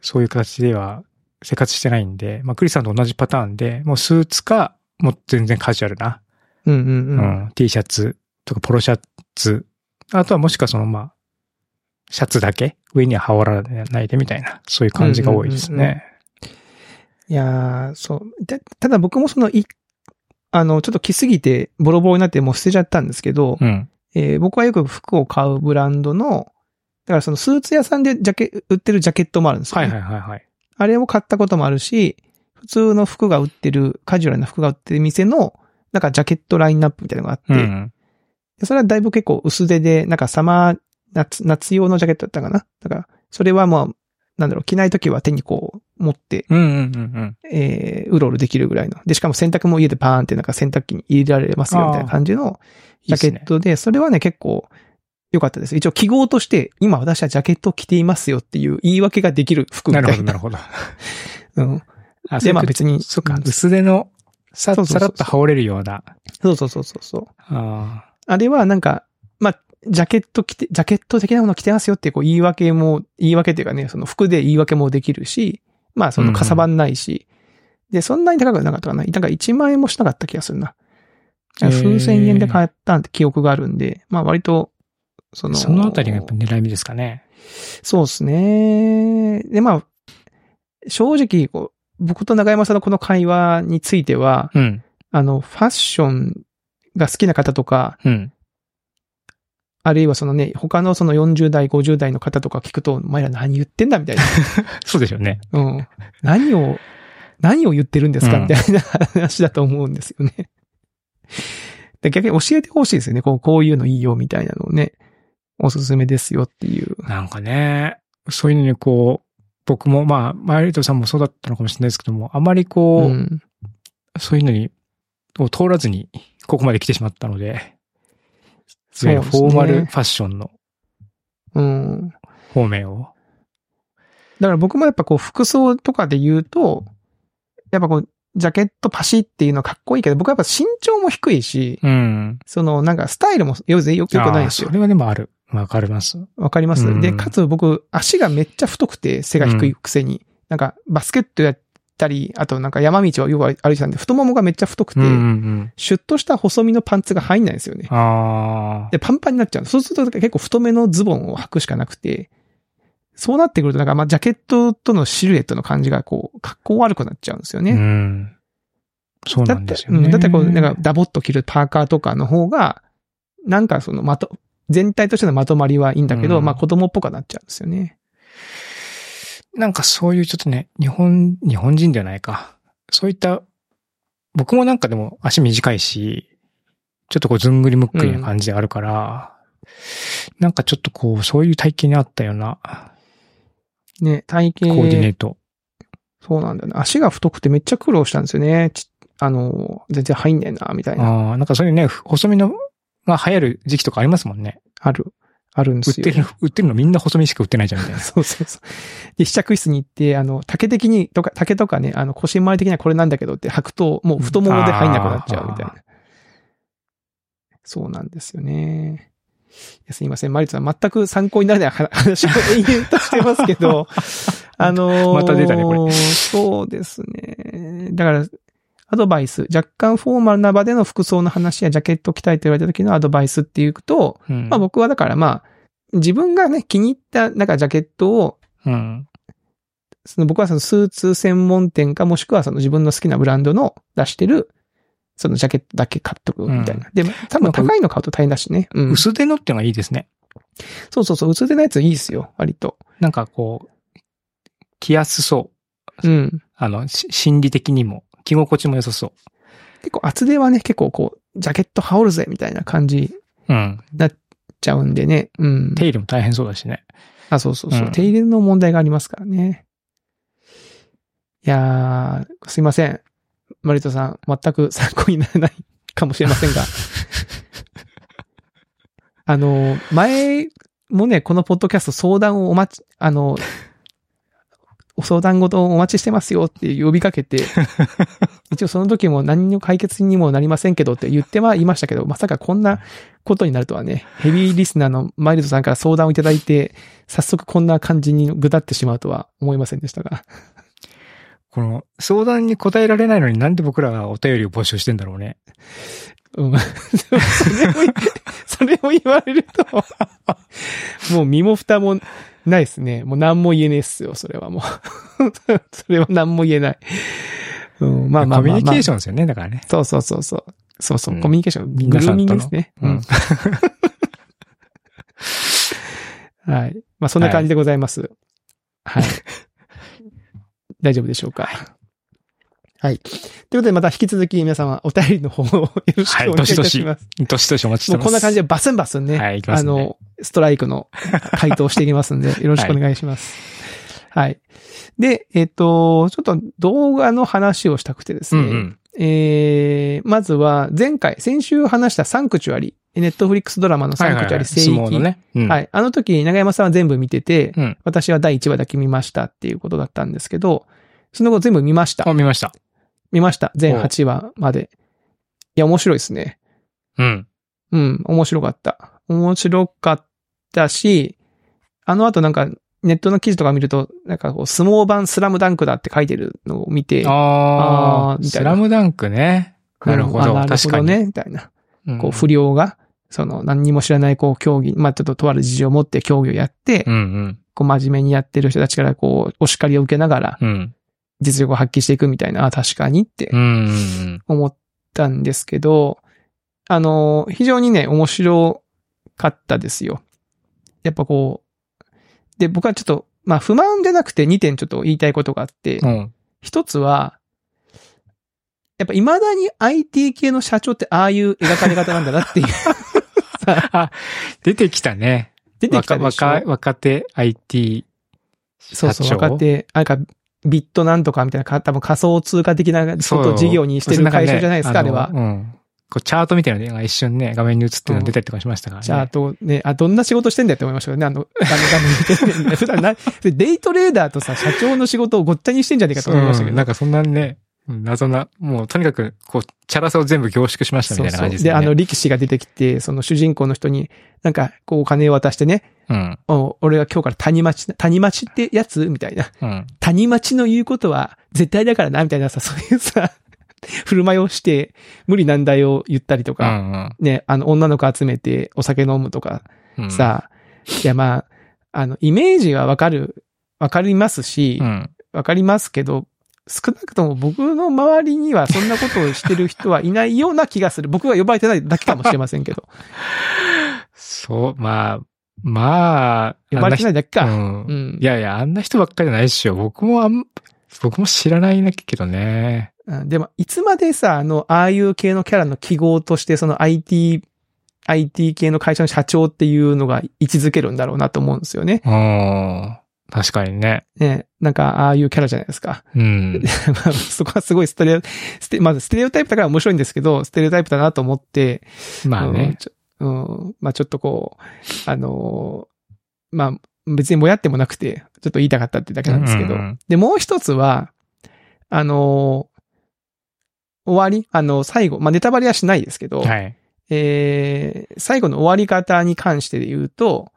そういう形では生活してないんで、まあ、クリスさんと同じパターンで、もうスーツか、もう全然カジュアルな、
うんうん
う
うんん。
T シャツとかポロシャツ、あとはもしくはそのまあ、シャツだけ、上には羽織らないでみたいな、そういう感じが多いです
うんうんうん
ね。
いやーそう。でただ僕もその、い、あの、ちょっと着すぎてボロボロになってもう捨てちゃったんですけど、
うん。
えー僕はよく服を買うブランドの、だからそのスーツ屋さんでジャケ、売ってるジャケットもあるんですよ、
は
ね。
いはいはいはい。
あれを買ったこともあるし、普通の服が売ってる、カジュアルな服が売ってる店の、なんかジャケットラインナップみたいなのがあって、
うん。
でそれはだいぶ結構薄手で、なんかサマー、夏、夏用のジャケットだったかな。だから、それはまあ、なんだろう、着ないときは手にこう、持って、
うんうんうんうん。
えー、うろうろできるぐらいの。で、しかも洗濯も家でパーンってなんか洗濯機に入れられますよ、みたいな感じの
いい
ジ
っ
ャケ
す
ッ
ね。
トで、それはね、結構良かったです。一応記号として、今私はジャケットを着ていますよっていう言い訳ができる服みた
ない
な。
るほどなるほど。
うん。
あ
で、まあ別に。
そっか
う、ん
薄手の、さ、
そうそうそう
さらっと羽織れるような。
そうそうそうそうそう。
あ
あれはなんか、まあ、ジャケット着て、ジャケット的なもの着てますよっていうこう言い訳も、言い訳っていうかね、その服で言い訳もできるし、まあそのかさばんないし、で、そんなに高くなかったかな。なんか1万円もしなかった気がするな。
へー
風船円で買ったって記憶があるんで、まあ割と、そ
あ。
の、
そのあたりがやっぱ狙い目ですかね。
そうですね。で、まあ、正直、こう、僕と長山さんのこの会話については、
うん。
あの、ファッションが好きな方とか、
うん。
あるいはそのね、他のその40代、50代の方とか聞くと、お前ら何言ってんだみた いな。
そうでしょうね。
うん。何を、何を言ってるんですか
うん
みたいな話だと思うんですよね。で逆に教えてほしいですよね。こう、こういうのいいよみたいなのをね。おすすめですよっていう。
なんかね、そういうのにこう、僕もまあ、マイリトさんもそうだったのかもしれないですけども、あまりこう、
うん
そういうのに、を通らずに、ここまで来てしまったので、い
そ
わ
う
ゆ
で
る
すね
フォーマルファッションの
うん。
方面を。
だから僕もやっぱこう服装とかで言うと、やっぱこう、ジャケットパシっていうのはかっこいいけど、僕はやっぱ身長も低いし、
うん。
そのなんかスタイルもよぜよくよくないんです
あ
よ
ーそ。れはでもある。わかります。
わかりま
う
す
ん
で、かつ僕、足がめっちゃ太くて背が低いくせに、なんかバスケットやったり、あとなんか山道をよく歩いてたんで、太ももがめっちゃ太くて
うん、うん
シュッとした細身のパンツが入んないんですよね
うん。。ああ。
で、パンパンになっちゃう。そうすると結構太めのズボンを履くしかなくて、そうなってくると、なんか、まあ、ジャケットとのシルエットの感じが、こう、格好悪くなっちゃうんですよ
う
ね。
ん。そう
だ
な
っ
ん
て
です、よ
うん
ね。
だってこう、なんか、ダボっと着るパーカーとかの方が、なんかその、まと、全体としてのまとまりはいいんだけど、
うん
まあ、子供っぽくなっちゃうんですよね。
なんかそういうちょっとね、日本、日本人ではないか。そういった、僕もなんかでも足短いし、ちょっとこうずんぐりむっくりな感じであるから、なんかちょっとこう、そういう体型に合ったような
ね、体
コ
型。
ーディネート。
そうなんだよね。足が太くてめっちゃ苦労したんですよね。ちあの、全然入んないな、みたいな。あ
ああ、なんかそういうね、細身のが流行る時期とかありますもんね。
る。あるんで
売っ
すよ。
てる、売ってるのみんな細身しか売ってないじゃんみたいな。
そうそうそう。で、試着室に行って、あの、竹的に、とか、竹とかね、あの、腰回り的にはこれなんだけどって履くと、もう太ももで入んなくなっちゃうみたい
あ
な。そうなんですよね。いやすいません、マリトさん、全く参考にならない話 話を延々としてますけ ど、あのー
また出たねこれ
そうですね。だから、アドバイス、若干フォーマルな場での服装の話やジャケットを着たいと言われた時のアドバイスって いうと、
うん。
まあ僕はだからまあ、自分がね、気に入った、なんかジャケットを
うん。
その僕はそのスーツ専門店かもしくはその自分の好きなブランドの出してる、そのジャケットだけ買っとくみたいな。で、多分高いの買うと大変だしね。うん。
薄手のってのがいいですね。
そうそうそう、うつでないやついいですよ、割と。
なんかこう、着やすそう。
うん。
あの、し心理的にも、着心地も良さそ
結構厚手はね、結構こう、ジャケット羽織るぜ、みたいな感じに
う。うん。
なっちゃうんでね。うん。
手入れも大変そうだしね。
あ、そうそうそう、
うん
手入れの問題がありますからね。いやー、すいません。マリトさん、全く参考にならないかもしれませんが。あの、前もね、このポッドキャスト相談をお待ち、あの、お相談事をお待ちしてますよって呼びかけて、一応その時も何の解決にもなりませんけどって言ってはいましたけど、まさかこんなことになるとはね、ヘビーリスナーのマイルドさんから相談をいただいて、早速こんな感じにぐだってしまうとは思いませんでしたが。
この、相談に答えられないのになんで僕らはお便りを募集してんだろうね。
うん。 それを言、それを言われると、もう身も蓋もないですね。もう何も言えねえっすよ、それはもう。 それは何も言えない。うん、まあまあまあまあ
コミュニケーションですよね、だからね。
そうそうそうそう。そうそう、
うん
コミュニケーション、
皆
グル
さ
ー
んと
ミン
の
グですね。うん。 はい。まあ、そんな感じでございます。はい。 大丈夫でしょうか。はい。ということで、また引き続き皆様、お便りの方をよろしくお願いいたし
はい
ます。
どしどどしどしお待ちして
もう
ます。
こんな感じ
で。
でバスンバスンね。
はい行きま
あ
すね
の、ストライクの回答していきますんで、 よろしくお願いします。はい、で、えっ、と、ちょっと動画の話をしたくてです
うん
ね。
うん。
えー、まずは前回、先週話したサンクチュアリ、ネットフリックスドラマのサンクチュアリ聖域。
相撲のね。うん
はい。あの時、長山さんは全部見てて、
うん
私は第1話だけ見ましたっていうことだったんですけど、その後全部見ました
あ、。見ました。
見ました。全8話まで。いや、面白いですね。
うん。
うん、面白かった。面白かったし、あの後なんか、ネットの記事とか見ると、なんかこう、相撲版スラムダンクだって書いてるのを見て、
あ
あー
あ、
みた
ス
いな
ラムダンクね。なるほ
うんあ
ど。
なる
確
ほ
か
ど
に。
ね、みたいな。
うん
こう、不良が、その、何にも知らない、こう、競技、まあ、ちょっととある事情を持って競技をやって、
うんうん。
こう、真面目にやってる人たちから、こう、お叱りを受けながら、
うん。
実力を発揮していくみたいな、あ確かにって
うんうん
思ったんですけど、あの、非常にね、面白かったですよ。やっぱこう、で、僕はちょっと、まあ、不満じゃなくて2点ちょっと言いたいことがあって
う、ん。うん。
一つは、やっぱ未だに IT 系の社長ってああいう描かれ方なんだなっ ていう。
出てきたね。
出てきたでしょ
若、若、若手 IT 社
そう
長。
そう、若手、なんか、ビットなんとかみたいな、か多分仮想通貨的なこと
そう
を事業にしてる会社じゃないですか、あれは
ん。ねのうん。こう、チャートみたいなのが一瞬ね、画面に映ってるの出たりとかしましたからね。
じゃあ、あとね、あ、どんな仕事してんだよって思いましたけどね、あの、画面画面 見て普段な、デイトレーダーとさ、社長の仕事をごっちゃにしてんじゃねえかと思いましたけ
う
ど。
んなんかそんなね、うん謎な、もうとにかく、こう、チャラさを全部凝縮しましたみ
そ
た
う
いな感
そうで,、
じですね。
あの、力士が出てきて、その主人公の人に、なんか、こう、お金を渡してね、
うん。
お俺が今日から谷町な、谷町ってやつみたいな。
うん。
谷町の言うことは絶対だからな、みたいなさ、そういうさ、 振る舞いをして、無理難題を言ったりと
う
か、
ん
ね、あの、女の子集めてお酒飲むとか
うん。
さ、いや、まあ、あの、イメージはわかる、わかりますし
う、ん。
わかりますけど、少なくとも僕の周りにはそんなことをしてる人はいないような気がする。 僕が呼ばれてないだけかもしれません けど。
そう、まあ、まあ、
呼ばれてないだけ
あんな
か。
人
う
うん。
ん
い。やいや、あんな人ばっかりじゃないっしょ。僕もあん、僕も知らないんだけどね。
うんでも、いつまでさ、あの、ああいう系のキャラの記号として、その IT、IT 系の会社の社長っていうのが位置づけるんだろうなと思うんですよね。
うん。確かにね。
ね。なんか、ああいうキャラじゃないですか。
うん。
まあ、 そこはすごいステレオ、ステまずステレオタイプだから面白いんですけど、ステレオタイプだなと思って、
まあ
うん
ね。
ちょうん、まあちょっとこう、あのーまあ別にもやってもなくて、ちょっと言いたかったってだけなんですけど。
うんうん
で、もう一つは、あのー終わりあの、最後、まあネタバレはしないですけど、
はい。
えー最後の終わり方に関してで言うと、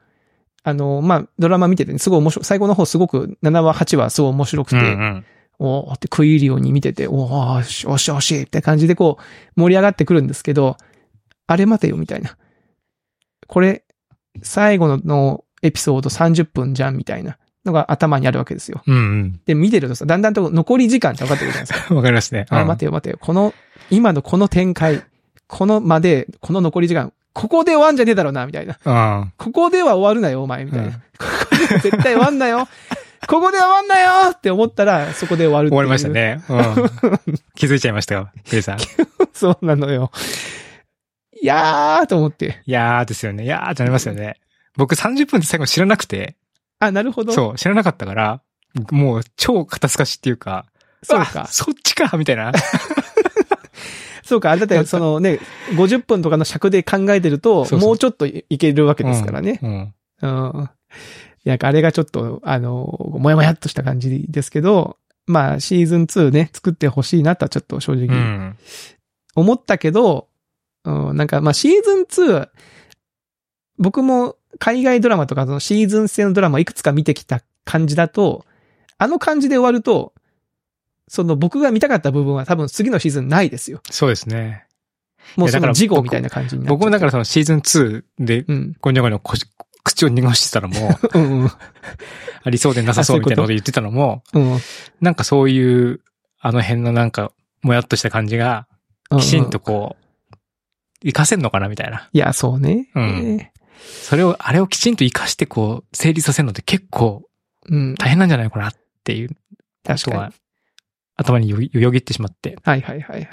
あのーまあドラマ見てて、すごい面白い、最後の方すごく7話、8話すごい面白くて、
うんうん
おーって食い入るように見てて、おー、よしよしよし、みたいな感じでこう、盛り上がってくるんですけど、あれ待てよ、みたいな。これ、最後のエピソード30分じゃん、みたいなのが頭にあるわけですよ。
うん
で、見てるとさ、だんだんと残り時間って分かってくるじゃないですか。
うん。わかりますね。
あれ
うん
待てよ、待てよ。この、今のこの展開、このまで、この残り時間、ここで終わんじゃねえだろうな、みたいな。
うん。
ここでは終わるなよ、お前、みたいな。
うん
ここでは絶対終わんなよ。ここで終わんなよって思ったら、そこで終わるっていう
終わりました。ね。うん。 気づいちゃいましたよ。クリスさん。い
そうなのよ。いやーと思って。
やーですよね。いやーってなりますよね。僕30分って最後知らなくて、
あ、なるほど。
そう、知らなかったから、もう超肩透かしっていうか、
そう
あ
か。
そっちかみたいな。
そうか。あれだって、そのね、50分とかの尺で考えてると、
そうそう
もうちょっといけるわけですからね。
うん。うん
うん。なんかあれがちょっと、あの、もやもやっとした感じですけど、まあ、シーズン2ね、作ってほしいなとはちょっと正
う
直
ん。
思ったけど、うん、なんかまあ、シーズン2、僕も海外ドラマとかそのシーズン制のドラマいくつか見てきた感じだと、あの感じで終わると、その僕が見たかった部分は多分次のシーズンないですよ。
そうですね。
もう
いやだか
その
ら
事故みたいな感じになっちゃう
僕もだからそのシーズン2で、
うん。
こんにゃこにゃこし口を濁してたの も、
うんうん。
ありそうでなさそうみたいなこと言ってたのも、
うん。
なんかそういう、あの辺のなんか、もやっとした感じが、
うん
きちんと。こう、活かせんのかなみたいな。
いや、そうね。
うんそれを、あれをきちんと活かしてこう、成立させるのって結構
うん。
大変なんじゃないかなっていうこ
確
と
かに。
が、頭によぎよぎってしまって。
はいはいはい。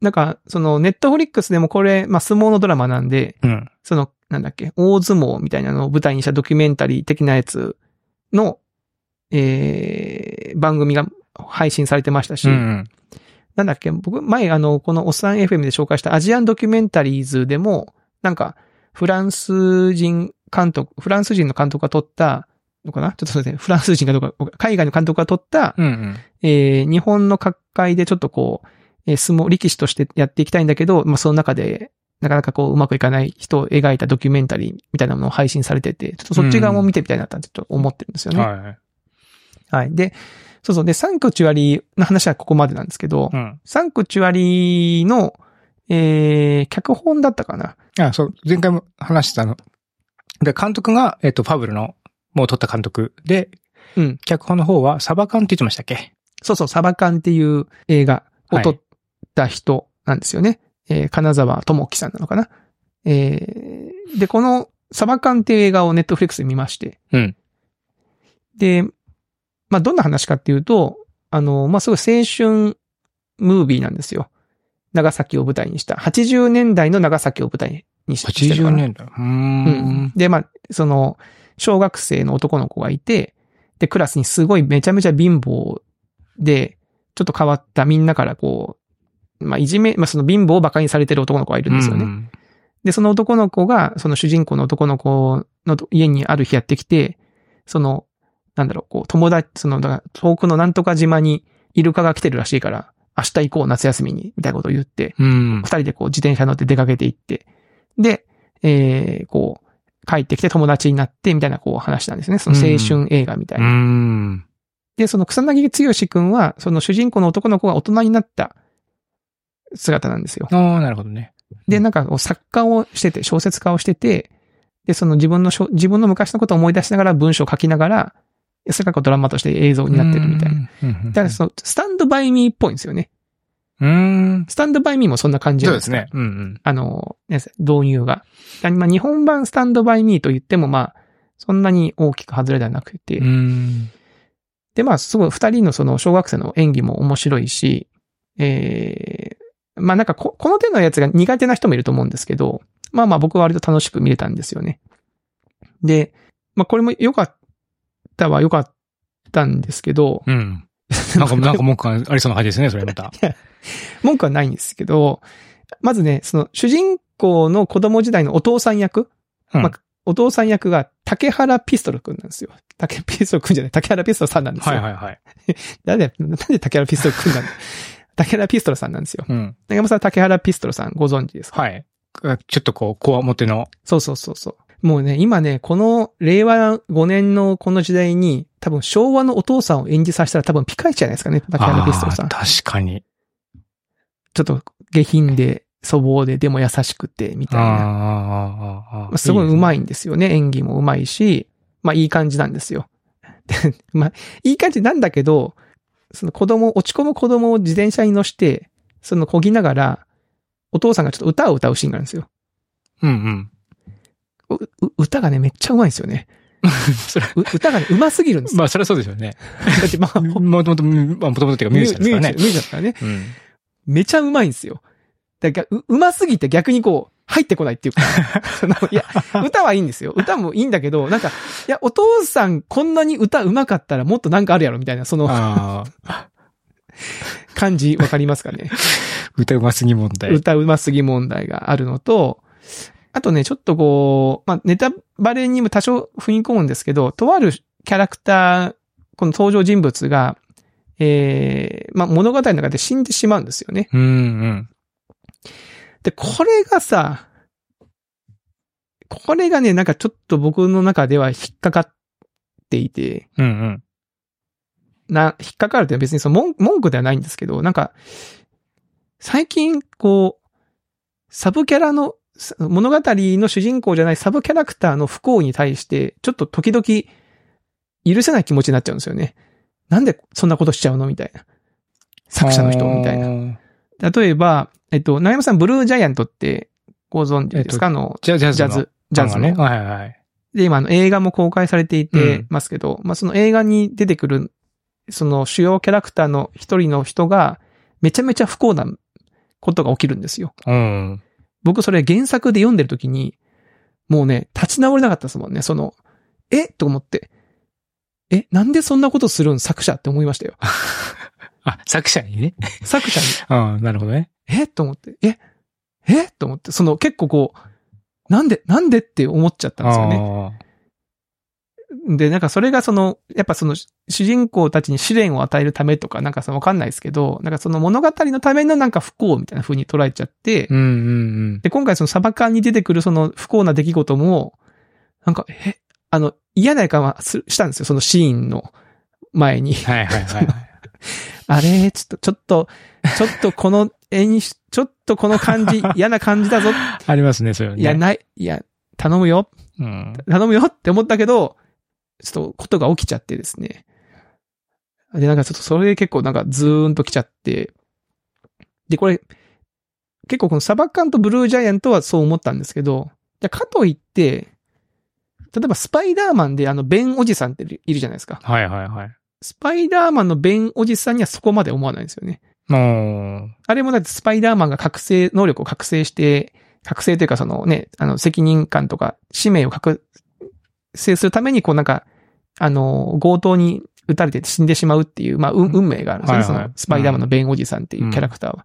なんか、その、ネットフリックスでもこれ、まあ、相撲のドラマなんで、
うん。
その、なんだっけ、大相撲みたいなのを舞台にしたドキュメンタリー的なやつの、えー、番組が配信されてましたし、
うん。
なんだっけ、僕、前、あの、このおっさん FM で紹介したアジアンドキュメンタリーズでも、なんか、フランス人監督、フランス人の監督が撮ったのかなちょっとすいません、フランス人かどうか、海外の監督が撮った、
うんうん。
えー日本の各界でちょっとこう、えー相撲、力士としてやっていきたいんだけど、まあ、その中で、なかなかこう、うまくいかない人を描いたドキュメンタリーみたいなものを配信されてて、ちょっとそっち側も見てみたいなとちょっと思ってるんですよね。
は
はい。で、そうそう。で、サンクチュアリーの話はここまでなんですけど、
い。うん。
サンクチュアリーの、えー、脚本だったかな
あ、そう、前回も話したの。で、監督が、えっ、と、ファブルの、もう撮った監督で、
うん。
脚本の方は、サバカンって言ってましたっけ
そうそう、サバカンっていう映画を撮った人なんですよね。えー、金沢智樹さんなのかな。えー、で、このサバカンっていう映画をネットフリックスで見まして。
うん。
で、まあ、どんな話かっていうと、あの、まあ、すごい青春ムービーなんですよ。長崎を舞台にした。80年代の長崎を舞台にした。してるか
80
な
年代。うー
うん
ん。
で、まあ、その、小学生の男の子がいて、で、クラスにすごいめちゃめちゃ貧乏で、ちょっと変わったみんなからこう、まあ、いじめ、まあ、その貧乏を馬鹿にされてる男の子がいるんですよね。
うん
で、その男の子が、その主人公の男の子の家にある日やってきて、その、なんだろう、こう、友達、その、だから遠くのなんとか島にイルカが来てるらしいから、明日行こう、夏休みに、みたいなことを言って、
うん
二。人でこう自転車乗って出かけていって、で、えー、こう、帰ってきて友達になってみたいなこう話なんですね。その青春映画みたいうな。
ん。
で、その草薙剛くんは、その主人公の男の子が大人になった姿なんですよ。
ああ、なるほどね。
で、なんかこう作家をしてて、小説家をしてて、で、その自分のしょ、自分の昔のことを思い出しながら文章を書きながら、それがこうドラマとして映像になってるみたいな。
な
だからその、スタンドバイミーっぽいんですよね。
うん。
スタンドバイミーもそんな感じじ
そ
ゃ
う
ない
で
です
す
か。
ね。うんうん。
あの、なんですか導入が。あまあ、日本版スタンドバイミーと言っても、まあ、そんなに大きく外れではなくて。
うん。
で、まあ、すごい二人のその小学生の演技も面白いし、えー、まあなんかこ、この手のやつが苦手な人もいると思うんですけど、まあまあ僕は割と楽しく見れたんですよね。で、まあこれも良かったは良かったんですけど、
うん。なん か、なんか文句がありそうな感じですね、それまた。
文句はないんですけど、まずね、その主人公の子供時代のお父さん役
うん
まあお父さん役が竹原ピストルくんなんですよ。竹ピストルくんじゃない、竹原ピストルさんなんです
はい
よ。
はいはい。
なんで、なんで竹原ピストルくんなん 竹原ピストルさんなんですよ。
うん。
中山さんは竹原ピストルさんご存知ですか
はい。ちょっとこう、こわもての。
そうそうそうそう。もうね、今ね、この令和5年のこの時代に、多分昭和のお父さんを演じさせたら多分ピカイチじゃないですかね、竹原ピストルさん。
あ
ち
ー確かに。
ょっと下品で、粗暴で、でも優しくて、みたいな。
あーあーあーあ
まあすごい上
い
手いんですよね。演技も上手いし、まあいい感じなんですよ。 でまあ、いい感じなんだけど、その子供、落ち込む子供を自転車に乗して、その漕ぎながら、お父さんがちょっと歌を歌うシーンがあるんですよ。
うんうん。
うう歌がね、めっちゃうまいんですよ ね。
それ
う歌がね、うますぎるんですよ。
まあ、それはそうですよね。
だってまあ、ほ
もともと、うんまあもともとっていうかミュージシャンですからね
ミュ。ージシャンですからね。
うん。
めちゃうまいんですよ。だから、う、うますぎて逆にこう、入ってこないっていうか、その、いや、歌はいいんですよ。歌もいいんだけど、なんか、いや、お父さんこんなに歌うまかったらもっとなんかあるやろ、みたいな、その
ああ、
感じわかりますかね。
歌うますぎ問題。
歌うますぎ問題があるのと、あとね、ちょっとこう、まあ、ネタバレにも多少踏み込むんですけど、とあるキャラクター、この登場人物が、ええまあ、物語の中で死んでしまうんですよね。
うんうん。
で、これがさ、これがね、なんかちょっと僕の中では引っかかっていて、
うんうん。
な、引っかかるって別にその文文句ではないんですけど、なんか、最近、こう、サブキャラの、さ物語の主人公じゃないサブキャラクターの不幸に対して、ちょっと時々、許せない気持ちになっちゃうんですよね。なんでそんなことしちゃうのみたいな。作者の人みたいな。
な。
例えば、えっと、長山さん、ブルージャイアントってご存知ですか、あの、
ジャジャズ
ジャ
の。
ズ、ジャズ
漫
ね。
画ね。はいはい。
で、今、あの、映画も公開されていて
うん
ますけど、まあ、その映画に出てくる、その主要キャラクターの一人の人が、めちゃめちゃ不幸なことが起きるんですよ。
うん。
僕、それ原作で読んでる時に、もうね、立ち直れなかったですもんね。その、えと思って。え、なんでそんなことするん作者って思いましたよ。
あ、作者にね。
作者に。
うん、なるほどね。
えと思って、ええと思って、その結構こう、なんで、なんでって思っちゃったんですよね。で、なんかそれがその、やっぱその主人公たちに試練を与えるためとか、なんかそのわかんないですけど、なんかその物語のためのなんか不幸みたいな風に捉えちゃって、
うんうん
で、今回そのサバ缶に出てくるその不幸な出来事も、なんか、え、あの、嫌な予感はすしたんですよ、そのシーンの前に。
うん。はいはいはい。
あれちょっと、ちょっと、ちょっとこの演出、ちょっとこの感 じ、嫌な感じだぞ。
ありますね、それはね。
いや、ない、いや、頼むよ、
うん。
頼むよって思ったけど、ちょっとことが起きちゃってですね。で、なんかちょっとそれで結構なんかズーンと来ちゃって。で、これ、結構このサバ缶とブルージャイアントはそう思ったんですけど、じゃあかといって、例えばスパイダーマンであのベンおじさんっているいるじゃないですか。
はいはいはい。
スパイダーマンのベンおじさんにはそこまで思わないんですよね。
うん。
あれもだってスパイダーマンが覚醒、能力を覚醒して、覚醒というかそのね、あの、責任感とか、使命を覚醒するために、こうなんか、あの、強盗に撃たれて死んでしまうっていう、まあ、運運命があるんです
はい
よね。
はい
その、スパイダーマンの弁護士さんっていうキャラクターは。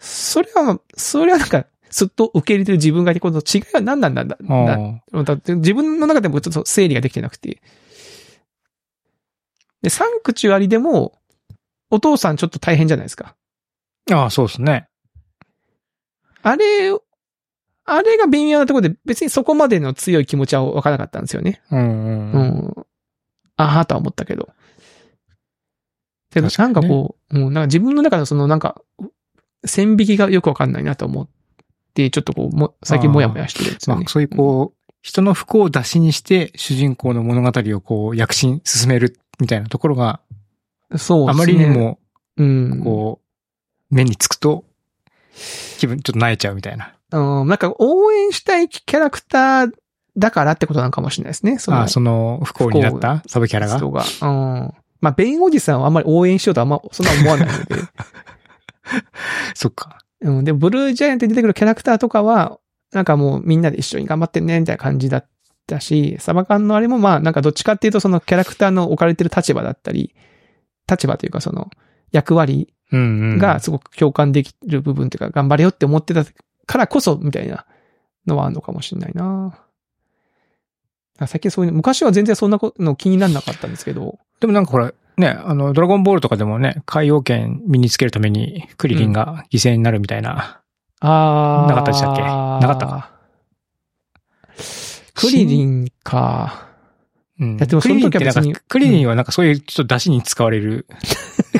それはまあ、それはなんか、すっと受け入れてる自分がいて、この違いは何なんだんだ
あ
だだって自分の中でもちょっと整理ができてなくて。で、サンクチュアリでも、お父さんちょっと大変じゃないですか。
ーあー、そうですね。
あれ、あれが微妙なところで、別にそこまでの強い気持ちはわからなかったんですよね。
うん
う
うん。
ん。ああ、とは思ったけど。けど、
確
な
か
ん
にね
かこう、うん、なんか自分の中のそのなんか、線引きがよくわかんないなと思って、ちょっとこう、も、最近もやもやしてるんですよ
ま
ね。
あ、そういうこう、人の不幸を出しにして、主人公の物語をこう、躍進、進める、みたいなところが、
うん、そう
あ
ですね。
まりに、も、
うん。
こう、目につくと、気分ちょっと泣いちゃうみたいな。
うん、なんか応援したいキャラクターだからってことなのかもしれないですね。その
あーその、不幸になったサブキャラが。
人が。うん。まあ、ベンおじさんはあんまり応援しようとはあんま、そんな思わないので。
そっか。
うん。で、ブルージャイアントに出てくるキャラクターとかは、なんかもうみんなで一緒に頑張ってね、みたいな感じだったし、サバ缶のあれもまあ、なんかどっちかっていうとそのキャラクターの置かれてる立場だったり、立場というかその役割
うんうん。
がすごく共感できる部分というか、頑張れよって思ってたからこそ、みたいなのはあるのかもしれないなあ最近そういうの、昔は全然そんなことの気にならなかったんですけど、
でもなんかほら、ね、あの、ドラゴンボールとかでもね、海洋圏身につけるためにクリリンが犠牲になるみたいな。
あー
なかったでしたっけなかったか。
クリリン か。
うん。
いやでもそ
クリ
の
リンっ
時は
てなんか
別に
クリリンはなんかそういうちょっと出汁に使われる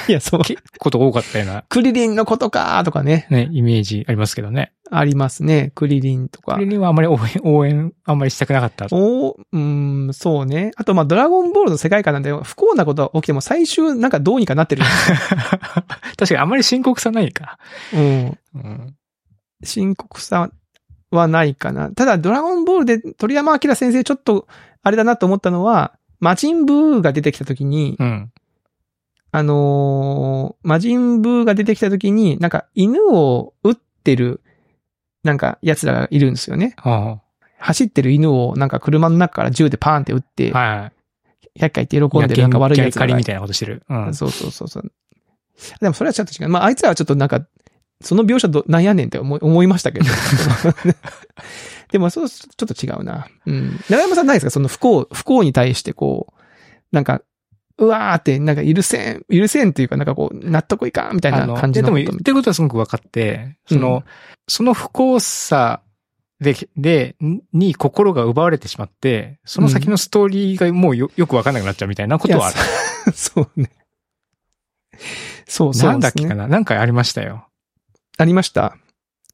いや、 そう。
こと多かったような、
クリリンのことかとかね、
ね、イメージありますけどね。
ありますね。クリリンとか
クリ。リンはあんまり応援、 応援、あんまりしたくなかった。
おうーん、そうね。あと、まあ、ドラゴンボールの世界観なんで、不幸なことが起きても最終、なんかどうにかなってる。
確かにあんまり深刻さないか。
うん。
うん。
深刻さはないかな。ただ、ドラゴンボールで鳥山明先生ちょっと、あれだなと思ったのは、魔人ブーが出てきた時に、
うん。
あのー魔人ブーが出てきた時に、なんか犬を撃ってる、なんか奴らがいるんですよね。
あ
走ってる犬をなんか車の中から銃でパーンって撃って、
あ。はい。
100回って喜んでるなんか悪い奴ら
仮
が
みたいなことしてる。うん。
そうそうそうそう。でもそれはちょっと違う。まあ、あいつらはちょっとなんか、その描写ど、なんやねんって思い思いましたけど。 でも、そう、ちょっと違うな。うん。長山さんないですかその不幸、不幸に対してこう、なんか、うわーって、なんか許せん、許せんっていうか、なんかこう、納得いかんみたいな感じの
でも
こと
言ってることはすごく分かって、その、
うん
その不幸さで、で、に心が奪われてしまって、その先のストーリーがもうよよく分かんなくなっちゃうみたいなことはある。
そうね。そうそう、
なんだっけか
な。
ななんかありましたよ。
ありました。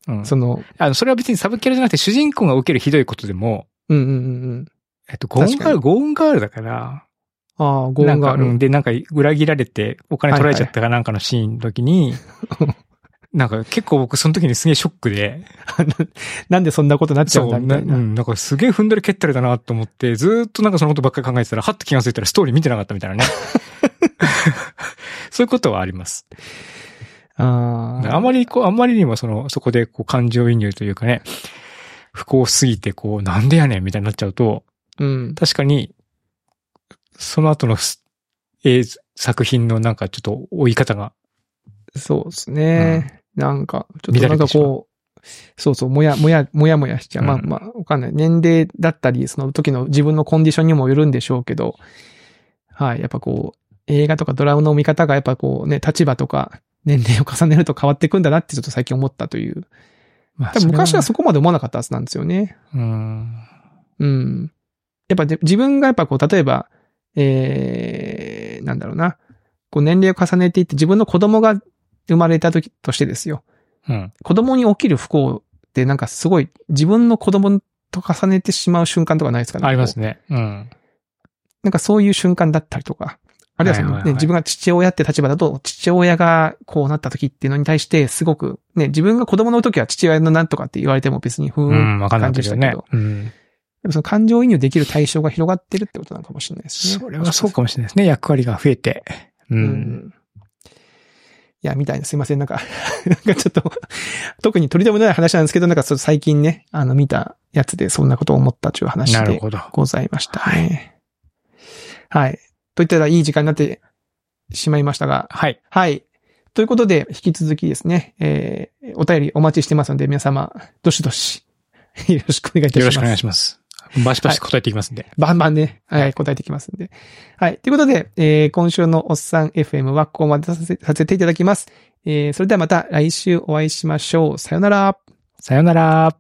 うん。
その、
あの、それは別にサブキャラじゃなくて主人公が受けるひどいことでも、
うんうんうんうん。
えっと、ゴーンガー
確か
ル、ゴーンガールだから、
ああ、ゴーンが
な
あ
んかうん
る。
で、なんか裏切られてお金取られちゃったかなんかのシーンの時に、なんか結構僕その時にすげえショックで、
なんで そんなことになっちゃうんだみたい
そう
な
う。ん、なんかすげえ踏んだり蹴ったりだなと思って、ずーっとなんかそのことばっかり考えてたら、はっと気がついたらストーリー見てなかったみ たいなね。そういうことはあります。
ああ。
あまりこう、あまりにもその、そこでこう感情移入というかね、不幸すぎてこう、なんでやねんみたいになっちゃうと、
うん。
確かに、その後のす、えー作品のなんかちょっと追い方が、
そうですね。なんか、ちょっと
乱
な
れ
んか
てしまう
こう、そうそう、もや、もや、もやもやしちゃう。
うん
まあまあ、わかんない。年齢だったり、その時の自分のコンディションにもよるんでしょうけど、はい、やっぱこう、映画とかドラマの見方がやっぱこうね、立場とか年齢を重ねると変わっていくんだなってちょっと最近思ったという。
ま
多分昔はそ
こ、
こまで思わなかったはずなんですよね。
うん。
うん。やっぱで自分がやっぱこう、例えば、えー、なんだろうな。こう年齢を重ねていって自分の子供が生まれた時としてですよ。
うん。
子供に起きる不幸ってなんかすごい自分の子供と重ねてしまう瞬間とかないですかね。
あります
ね。
ね。うん。
なんかそういう瞬間だったりとか。あるいはその、ね
はいはいはい
自分が父親って立場だと、父親がこうなった時っていうのに対して、すごく、ね、自分が子供の時は父親のなんとかって言われても別にふー、
うんん、わかんな
感
い
じ
け
でし
ど
たけど、
ね。うん。
やっぱその感情移入できる対象が広がってるってことなのかもしれないですね。
それはそうかもしれないですね。役割が増えて。う。
うんん。いや、みたいな、すいません。なんか、 なんかちょっと、特に取り留めない話なんですけど、なんかそう最近ね、あの、見たやつでそんなことを思ったという話
なる
で
ほど。
ございましたね。はい。といったらいい時間になってしまいましたが、
はい。
はい。ということで、引き続きですね、えー、お便りお待ちしてますので、皆様、どしどし、よろしくお願いいたします。
よろしくお願いします。バシバシ答えていきますんで。
バンバンね、はい、答えてきますんで。はい。ということで、えー今週のおっさん FM はここまでさせさせていただきます。えーそれではまた来週お会いしましょう。さよなら。
さよなら。